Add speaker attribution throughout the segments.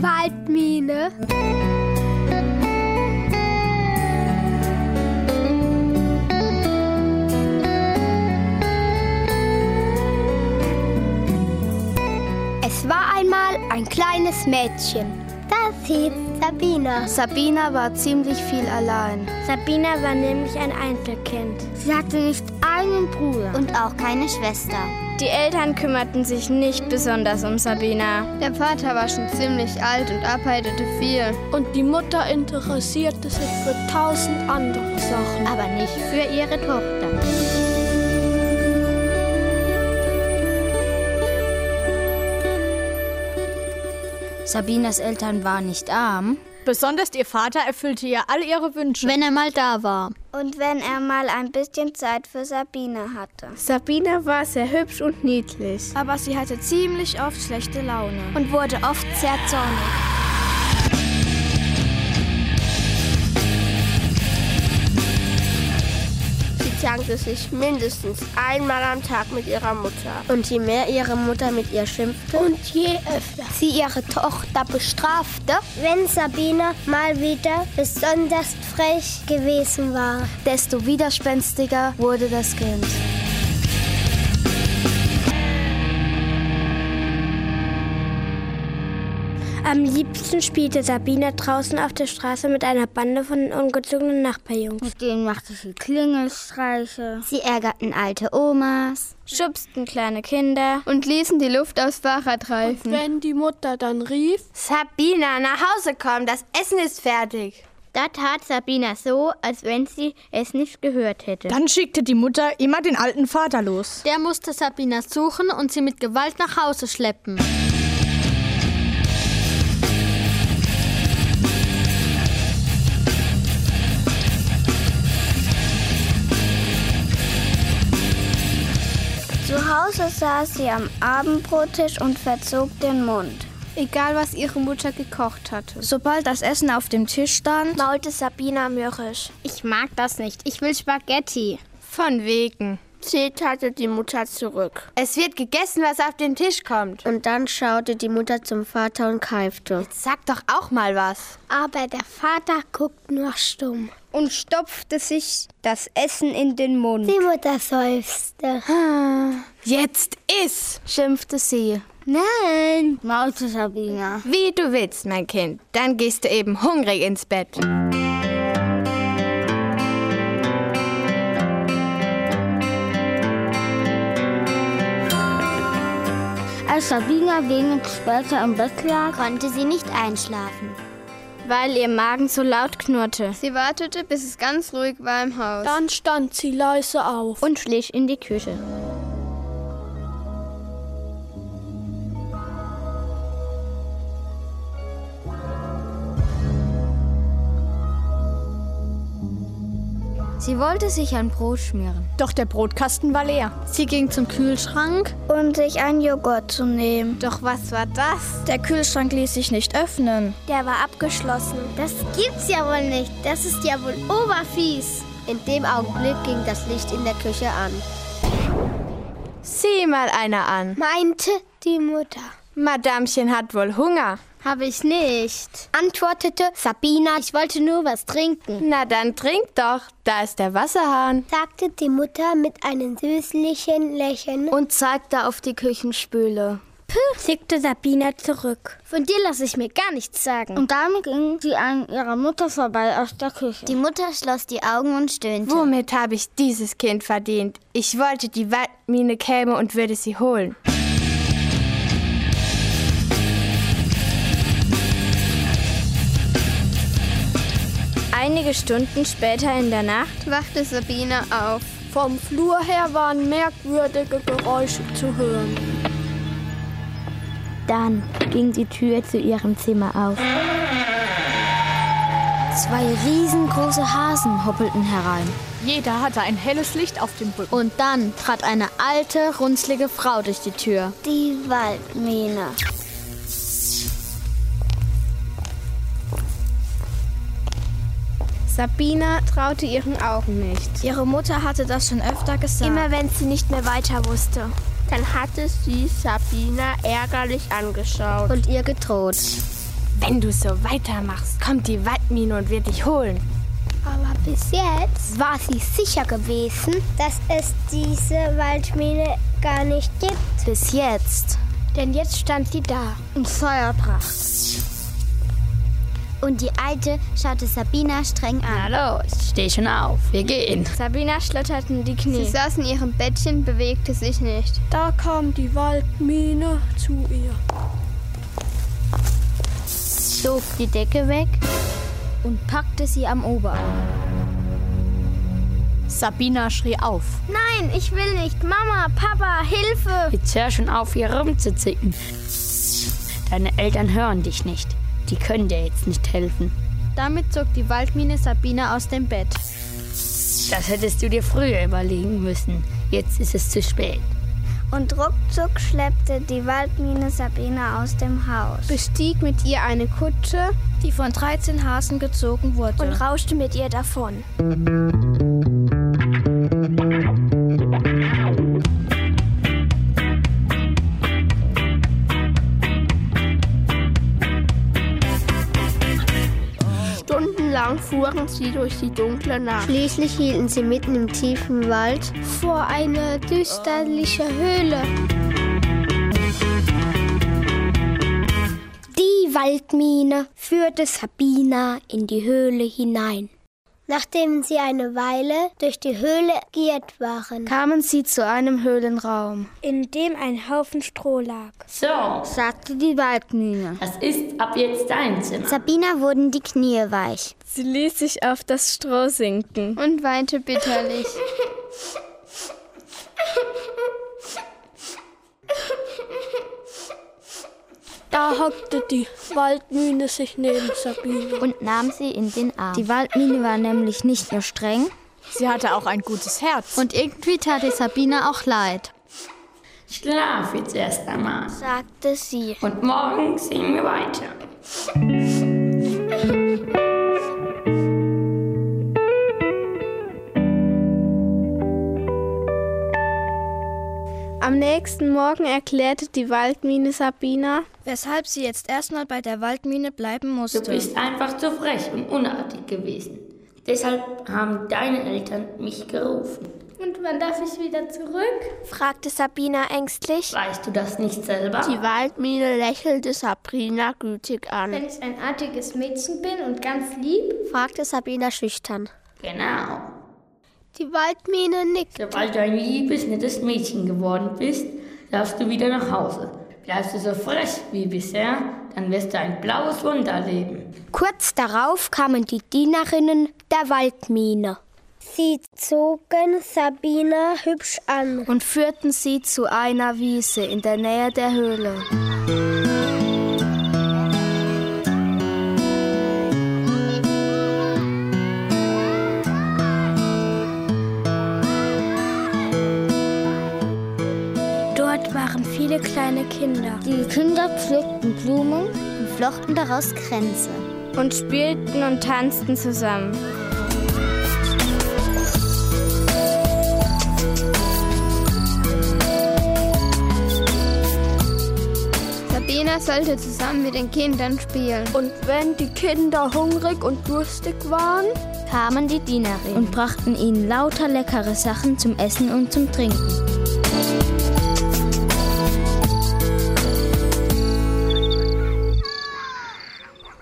Speaker 1: Waldmine. Es war einmal ein kleines Mädchen.
Speaker 2: Das hieß Sabina.
Speaker 3: Sabina war ziemlich viel allein.
Speaker 4: Sabina war nämlich ein Einzelkind.
Speaker 5: Sie hatte nicht einen Bruder
Speaker 6: und auch keine Schwester.
Speaker 7: Die Eltern kümmerten sich nicht besonders um Sabina.
Speaker 8: Der Vater war schon ziemlich alt und arbeitete viel.
Speaker 9: Und die Mutter interessierte sich für tausend andere Sachen.
Speaker 10: Aber nicht für ihre Tochter.
Speaker 3: Sabinas Eltern waren nicht arm.
Speaker 11: Besonders ihr Vater erfüllte ihr all ihre Wünsche,
Speaker 12: wenn er mal da war.
Speaker 13: Und wenn er mal ein bisschen Zeit für Sabine hatte.
Speaker 14: Sabine war sehr hübsch und niedlich,
Speaker 15: aber sie hatte ziemlich oft schlechte Laune
Speaker 16: und wurde oft sehr zornig.
Speaker 17: zankte sich mindestens einmal am Tag mit ihrer Mutter.
Speaker 18: Und je mehr ihre Mutter mit ihr schimpfte
Speaker 1: und je öfter sie ihre Tochter bestrafte,
Speaker 2: wenn Sabine mal wieder besonders frech gewesen war,
Speaker 3: desto widerspenstiger wurde das Kind.
Speaker 4: Am liebsten spielte Sabine draußen auf der Straße mit einer Bande von ungezogenen Nachbarjungs.
Speaker 5: Mit denen machte sie Klingelstreiche.
Speaker 6: Sie ärgerten alte Omas,
Speaker 7: schubsten kleine Kinder
Speaker 8: und ließen die Luft aufs Fahrrad reifen.
Speaker 9: Und wenn die Mutter dann rief:
Speaker 11: Sabina, nach Hause kommen, das Essen ist fertig.
Speaker 5: Da tat Sabina so, als wenn sie es nicht gehört hätte.
Speaker 11: Dann schickte die Mutter immer den alten Vater los.
Speaker 12: Der musste Sabina suchen und sie mit Gewalt nach Hause schleppen.
Speaker 13: Hause saß sie am Abendbrottisch und verzog den Mund.
Speaker 8: Egal, was ihre Mutter gekocht hatte.
Speaker 3: Sobald das Essen auf dem Tisch stand,
Speaker 13: maulte Sabina mürrisch.
Speaker 10: Ich mag das nicht. Ich will Spaghetti.
Speaker 11: Von wegen.
Speaker 17: Zetate die Mutter zurück.
Speaker 11: Es wird gegessen, was auf den Tisch kommt.
Speaker 18: Und dann schaute die Mutter zum Vater und keifte.
Speaker 11: Jetzt sag doch auch mal was.
Speaker 2: Aber der Vater guckt nur stumm.
Speaker 3: Und stopfte sich das Essen in den Mund.
Speaker 2: Die Mutter seufzte.
Speaker 11: Jetzt iss, schimpfte sie.
Speaker 5: Nein, maulte Sabina.
Speaker 11: Wie du willst, mein Kind. Dann gehst du eben hungrig ins Bett.
Speaker 5: Als Sabina wenig später im Bett lag,
Speaker 6: konnte sie nicht einschlafen.
Speaker 7: Weil ihr Magen so laut knurrte.
Speaker 8: Sie wartete, bis es ganz ruhig war im Haus.
Speaker 9: Dann stand sie leise auf
Speaker 5: und schlich in die Küche.
Speaker 3: Sie wollte sich ein Brot schmieren.
Speaker 11: Doch der Brotkasten war leer.
Speaker 12: Sie ging zum Kühlschrank,
Speaker 13: um sich einen Joghurt zu nehmen.
Speaker 11: Doch was war das?
Speaker 3: Der Kühlschrank ließ sich nicht öffnen.
Speaker 13: Der war abgeschlossen.
Speaker 2: Das gibt's ja wohl nicht. Das ist ja wohl oberfies.
Speaker 18: In dem Augenblick ging das Licht in der Küche an.
Speaker 11: Sieh mal einer an,
Speaker 2: meinte die Mutter.
Speaker 11: Madamchen hat wohl Hunger.
Speaker 2: Habe ich nicht, antwortete Sabina. Ich wollte nur was trinken.
Speaker 11: Na dann trink doch, da ist der Wasserhahn,
Speaker 2: sagte die Mutter mit einem süßlichen Lächeln
Speaker 3: und zeigte auf die Küchenspüle.
Speaker 4: Puh, zickte Sabina zurück.
Speaker 2: Von dir lasse ich mir gar nichts sagen.
Speaker 5: Und damit ging sie an ihrer Mutter vorbei aus der Küche.
Speaker 6: Die Mutter schloss die Augen und stöhnte.
Speaker 11: Womit habe ich dieses Kind verdient? Ich wollte, die Waldmine käme und würde sie holen.
Speaker 7: Einige Stunden später in der Nacht
Speaker 8: wachte Sabine auf.
Speaker 9: Vom Flur her waren merkwürdige Geräusche zu hören.
Speaker 6: Dann ging die Tür zu ihrem Zimmer auf.
Speaker 3: Zwei riesengroße Hasen hoppelten herein.
Speaker 11: Jeder hatte ein helles Licht auf dem Rücken.
Speaker 12: Und dann trat eine alte, runzlige Frau durch die Tür.
Speaker 13: Die Waldmähne.
Speaker 15: Sabina traute ihren Augen nicht.
Speaker 11: Ihre Mutter hatte das schon öfter gesagt.
Speaker 15: Immer wenn sie nicht mehr weiter wusste.
Speaker 17: Dann hatte sie Sabina ärgerlich angeschaut
Speaker 6: und ihr gedroht.
Speaker 11: Wenn du so weitermachst, kommt die Waldmine und wird dich holen.
Speaker 2: Aber bis jetzt war sie sicher gewesen, dass es diese Waldmine gar nicht gibt.
Speaker 3: Bis jetzt.
Speaker 2: Denn jetzt stand sie da.
Speaker 3: In Feuerpracht.
Speaker 6: Und die Alte schaute Sabina streng an.
Speaker 8: Na los, steh schon auf, wir gehen.
Speaker 7: Sabina schlotterten die Knie.
Speaker 8: Sie saß in ihrem Bettchen, bewegte sich nicht.
Speaker 9: Da kam die Waldmine zu ihr.
Speaker 5: Zog die Decke weg
Speaker 3: und packte sie am Oberarm.
Speaker 5: Sabina schrie auf.
Speaker 10: Nein, ich will nicht. Mama, Papa, Hilfe!
Speaker 19: Jetzt hör schon auf, hier rumzuzicken. Deine Eltern hören dich nicht. Die können dir jetzt nicht helfen.
Speaker 7: Damit zog die Waldmine Sabina aus dem Bett.
Speaker 19: Das hättest du dir früher überlegen müssen. Jetzt ist es zu spät.
Speaker 13: Und ruckzuck schleppte die Waldmine Sabina aus dem Haus,
Speaker 10: bestieg mit ihr eine Kutsche,
Speaker 7: die von 13 Hasen gezogen wurde,
Speaker 15: und rauschte mit ihr davon.
Speaker 17: Stundenlang fuhren sie durch die dunkle Nacht.
Speaker 18: Schließlich hielten sie mitten im tiefen Wald
Speaker 2: vor einer düsterliche Höhle.
Speaker 1: Die Waldmine führte Sabina in die Höhle hinein.
Speaker 2: Nachdem sie eine Weile durch die Höhle giert waren,
Speaker 7: kamen sie zu einem Höhlenraum,
Speaker 4: in dem ein Haufen Stroh lag.
Speaker 19: So,
Speaker 7: sagte die Waldmine.
Speaker 19: Das ist ab jetzt dein Zimmer.
Speaker 6: Sabina wurden die Knie weich.
Speaker 14: Sie ließ sich auf das Stroh sinken
Speaker 8: und weinte bitterlich.
Speaker 9: Da hockte die Waldmine sich neben Sabine
Speaker 6: und nahm sie in den Arm.
Speaker 3: Die Waldmine war nämlich nicht nur streng,
Speaker 11: sie hatte auch ein gutes Herz.
Speaker 7: Und irgendwie tat es Sabine auch leid.
Speaker 19: Schlaf jetzt erst einmal,
Speaker 13: sagte sie.
Speaker 19: Und morgen sehen wir weiter.
Speaker 14: Am nächsten Morgen erklärte die Waldmine Sabina,
Speaker 7: weshalb sie jetzt erstmal bei der Waldmine bleiben musste.
Speaker 19: Du bist einfach zu frech und unartig gewesen. Deshalb haben deine Eltern mich gerufen.
Speaker 10: Und wann darf ich wieder zurück?
Speaker 15: fragte Sabina ängstlich.
Speaker 19: Weißt du das nicht selber?
Speaker 17: Die Waldmine lächelte Sabrina gütig an.
Speaker 10: Wenn ich ein artiges Mädchen bin und ganz lieb?
Speaker 18: fragte Sabina schüchtern.
Speaker 19: Genau.
Speaker 2: Die Waldmine nickt.
Speaker 19: Sobald du ein liebes, nettes Mädchen geworden bist, darfst du wieder nach Hause. Bleibst du so frech wie bisher, dann wirst du ein blaues Wunder erleben.
Speaker 1: Kurz darauf kamen die Dienerinnen der Waldmine.
Speaker 2: Sie zogen Sabina hübsch an
Speaker 7: und führten sie zu einer Wiese in der Nähe der Höhle.
Speaker 4: waren viele kleine Kinder.
Speaker 3: Die Kinder pflückten Blumen
Speaker 6: und flochten daraus Kränze.
Speaker 7: Und spielten und tanzten zusammen.
Speaker 8: Sabina sollte zusammen mit den Kindern spielen.
Speaker 9: Und wenn die Kinder hungrig und durstig waren,
Speaker 6: kamen die Dienerinnen
Speaker 3: und brachten ihnen lauter leckere Sachen zum Essen und zum Trinken.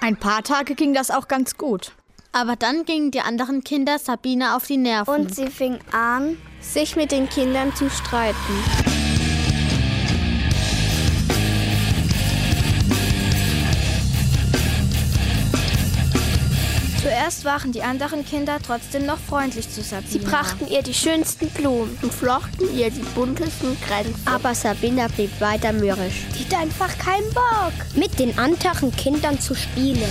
Speaker 11: Ein paar Tage ging das auch ganz gut.
Speaker 7: Aber dann gingen die anderen Kinder Sabine auf die Nerven.
Speaker 13: Und sie fing an,
Speaker 14: sich mit den Kindern zu streiten.
Speaker 7: Zuerst waren die anderen Kinder trotzdem noch freundlich zu Sabine.
Speaker 14: Sie brachten ihr die schönsten Blumen
Speaker 17: und flochten ihr die buntesten Grenzen.
Speaker 18: Aber Sabina blieb weiter mürrisch.
Speaker 2: Die hat einfach keinen Bock,
Speaker 1: mit den anderen Kindern zu spielen.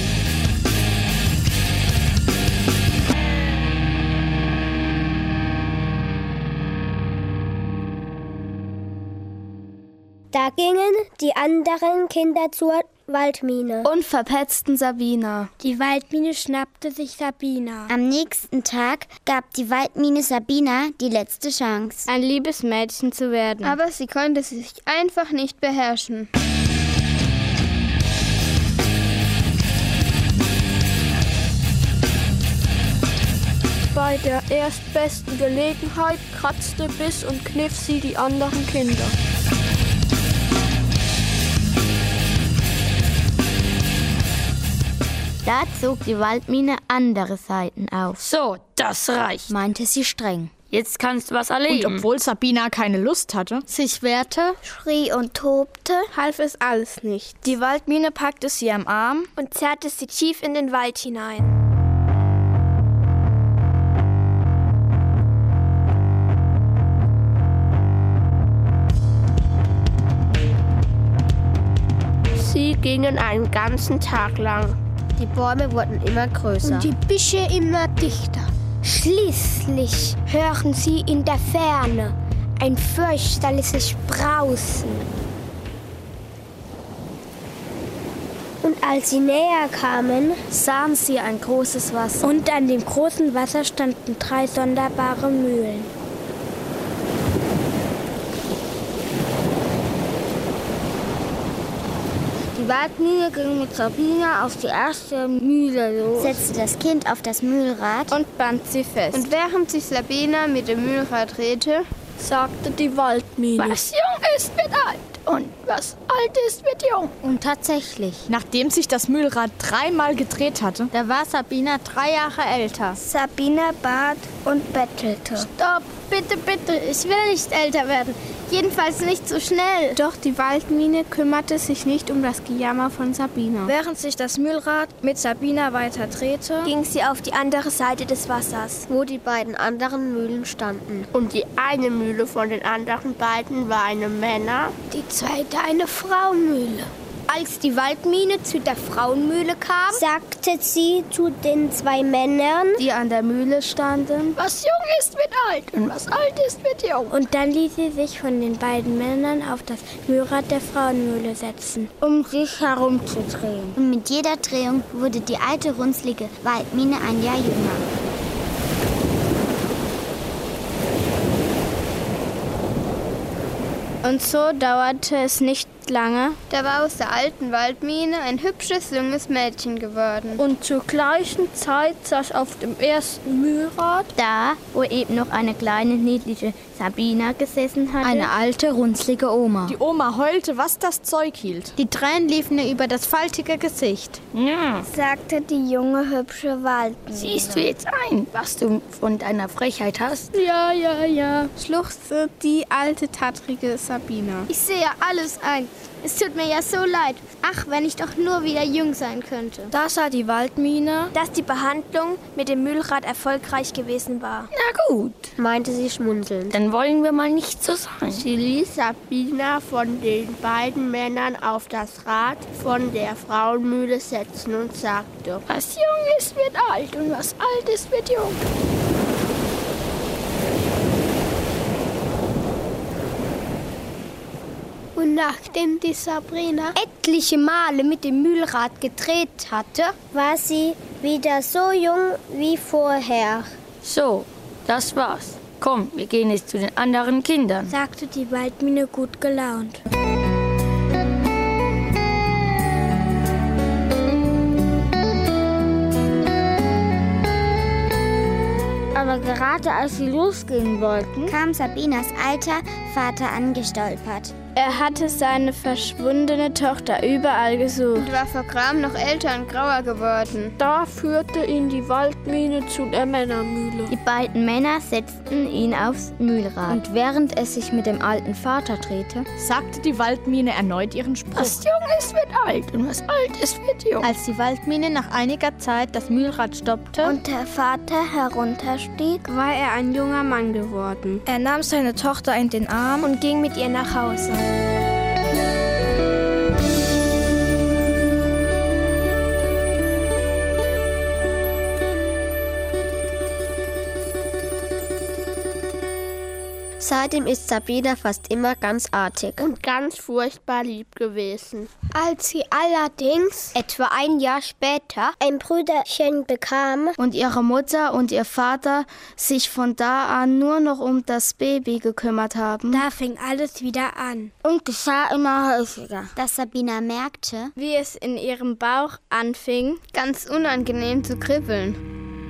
Speaker 2: Da gingen die anderen Kinder zur Waldmine
Speaker 7: und verpetzten Sabina.
Speaker 4: Die Waldmine schnappte sich Sabina.
Speaker 6: Am nächsten Tag gab die Waldmine Sabina die letzte Chance,
Speaker 7: ein liebes Mädchen zu werden.
Speaker 8: Aber sie konnte sich einfach nicht beherrschen.
Speaker 9: bei der erstbesten Gelegenheit kratzte, biss und kniff sie die anderen Kinder.
Speaker 5: Da zog die Waldmine andere Seiten auf.
Speaker 19: So, das reicht,
Speaker 3: meinte sie streng.
Speaker 19: Jetzt kannst du was erleben.
Speaker 20: Und obwohl Sabina keine Lust hatte,
Speaker 3: sich wehrte,
Speaker 13: schrie und tobte,
Speaker 14: half es alles nicht.
Speaker 7: Die Waldmine packte sie am Arm
Speaker 10: und zerrte sie tief in den Wald hinein.
Speaker 17: Sie gingen einen ganzen Tag lang.
Speaker 18: Die Bäume wurden immer größer.
Speaker 2: Und die Büsche immer dichter. Schließlich hören sie in der Ferne ein fürchterliches Brausen. Und als sie näher kamen,
Speaker 3: sahen sie ein großes Wasser.
Speaker 4: Und an dem großen Wasser standen drei sonderbare Mühlen.
Speaker 16: Die Waldmühle ging mit Sabina auf die erste Mühle los,
Speaker 6: setzte das Kind auf das Mühlrad
Speaker 7: und band sie fest.
Speaker 8: Und während sich Sabina mit dem Mühlrad drehte,
Speaker 9: sagte die Waldmühle:
Speaker 10: Was jung ist, wird alt. Und was alt ist, wird jung.
Speaker 3: Und tatsächlich,
Speaker 20: nachdem sich das Mühlrad dreimal gedreht hatte,
Speaker 12: da war Sabina drei Jahre älter.
Speaker 13: Sabina bat und bettelte.
Speaker 10: Stopp, bitte, bitte, ich will nicht älter werden. Jedenfalls nicht so schnell.
Speaker 14: Doch die Waldmine kümmerte sich nicht um das Gejammer von Sabina.
Speaker 7: Während sich das Mühlrad mit Sabina weiter drehte,
Speaker 10: ging sie auf die andere Seite des Wassers,
Speaker 18: wo die beiden anderen Mühlen standen.
Speaker 17: Und die eine Mühle von den anderen beiden war eine Männer,
Speaker 2: die zweite eine Frauenmühle. Als die Waldmine zu der Frauenmühle kam,
Speaker 13: sagte sie zu den zwei Männern,
Speaker 7: die an der Mühle standen,
Speaker 10: was jung ist, wird alt und was alt ist, wird jung.
Speaker 4: Und dann ließ sie sich von den beiden Männern auf das Mühlrad der Frauenmühle setzen,
Speaker 16: um sich herumzudrehen.
Speaker 6: Und mit jeder Drehung wurde die alte, runzlige Waldmine ein Jahr jünger.
Speaker 7: Und so dauerte es nicht lange.
Speaker 8: Da war aus der alten Waldmine ein hübsches junges Mädchen geworden.
Speaker 9: Und zur gleichen Zeit saß auf dem ersten Mühlrad,
Speaker 5: da, wo eben noch eine kleine niedliche Sabina gesessen hatte,
Speaker 3: eine alte runzlige Oma.
Speaker 20: Die Oma heulte, was das Zeug hielt.
Speaker 12: Die Tränen liefen ihr über das faltige Gesicht.
Speaker 13: Ja. sagte die junge hübsche Waldmine.
Speaker 17: Siehst du jetzt ein, was du von deiner Frechheit hast?
Speaker 14: Ja, ja, ja, schluchzte die alte tattrige Sabina.
Speaker 10: Ich sehe alles ein. Es tut mir ja so leid. Ach, wenn ich doch nur wieder jung sein könnte.
Speaker 7: Da sah die Waldmine,
Speaker 10: dass die Behandlung mit dem Mühlrad erfolgreich gewesen war.
Speaker 17: Na gut,
Speaker 18: meinte sie schmunzelnd.
Speaker 17: Dann wollen wir mal nicht so sein. Sie ließ Sabina von den beiden Männern auf das Rad von der Frauenmühle setzen und sagte:
Speaker 10: Was jung ist, wird alt und was alt ist, wird jung.
Speaker 2: Und nachdem die Sabrina etliche Male mit dem Mühlrad gedreht hatte,
Speaker 13: war sie wieder so jung wie vorher.
Speaker 19: So, das war's. Komm, wir gehen jetzt zu den anderen Kindern,
Speaker 4: sagte die Waldmine gut gelaunt.
Speaker 16: Aber gerade als sie losgehen wollten,
Speaker 6: kam Sabinas alter Vater angestolpert.
Speaker 7: Er hatte seine verschwundene Tochter überall gesucht.
Speaker 8: Und war vor Gram noch älter und grauer geworden.
Speaker 9: Da führte ihn die Waldmine zu der Männermühle.
Speaker 5: Die beiden Männer setzten ihn aufs Mühlrad.
Speaker 3: Und während es sich mit dem alten Vater drehte,
Speaker 20: sagte die Waldmine erneut ihren Spruch.
Speaker 10: Was jung ist, wird alt und was alt ist, wird jung.
Speaker 12: Als die Waldmine nach einiger Zeit das Mühlrad stoppte
Speaker 13: und der Vater herunterstieg,
Speaker 14: war er ein junger Mann geworden.
Speaker 7: Er nahm seine Tochter in den Arm und ging mit ihr nach Hause.
Speaker 18: Seitdem ist Sabina fast immer ganz artig
Speaker 17: und ganz furchtbar lieb gewesen.
Speaker 2: Als sie allerdings etwa ein Jahr später
Speaker 13: ein Brüderchen bekam
Speaker 3: und ihre Mutter und ihr Vater sich von da an nur noch um das Baby gekümmert haben,
Speaker 4: da fing alles wieder an
Speaker 16: und geschah immer häufiger,
Speaker 6: dass Sabina merkte,
Speaker 7: wie es in ihrem Bauch anfing,
Speaker 8: ganz unangenehm zu kribbeln.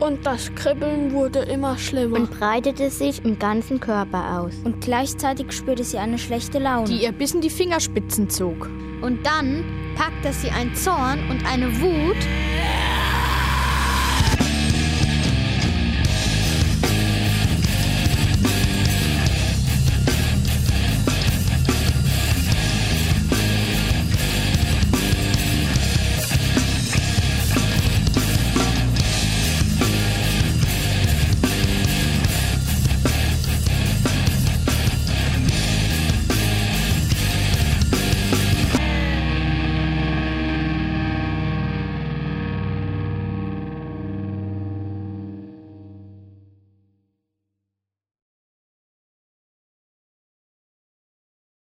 Speaker 7: Und das Kribbeln wurde immer schlimmer.
Speaker 21: und breitete sich im ganzen Körper aus.
Speaker 5: Und gleichzeitig spürte sie eine schlechte Laune,
Speaker 11: die ihr bis in die Fingerspitzen zog.
Speaker 5: Und dann packte sie ein Zorn und eine Wut.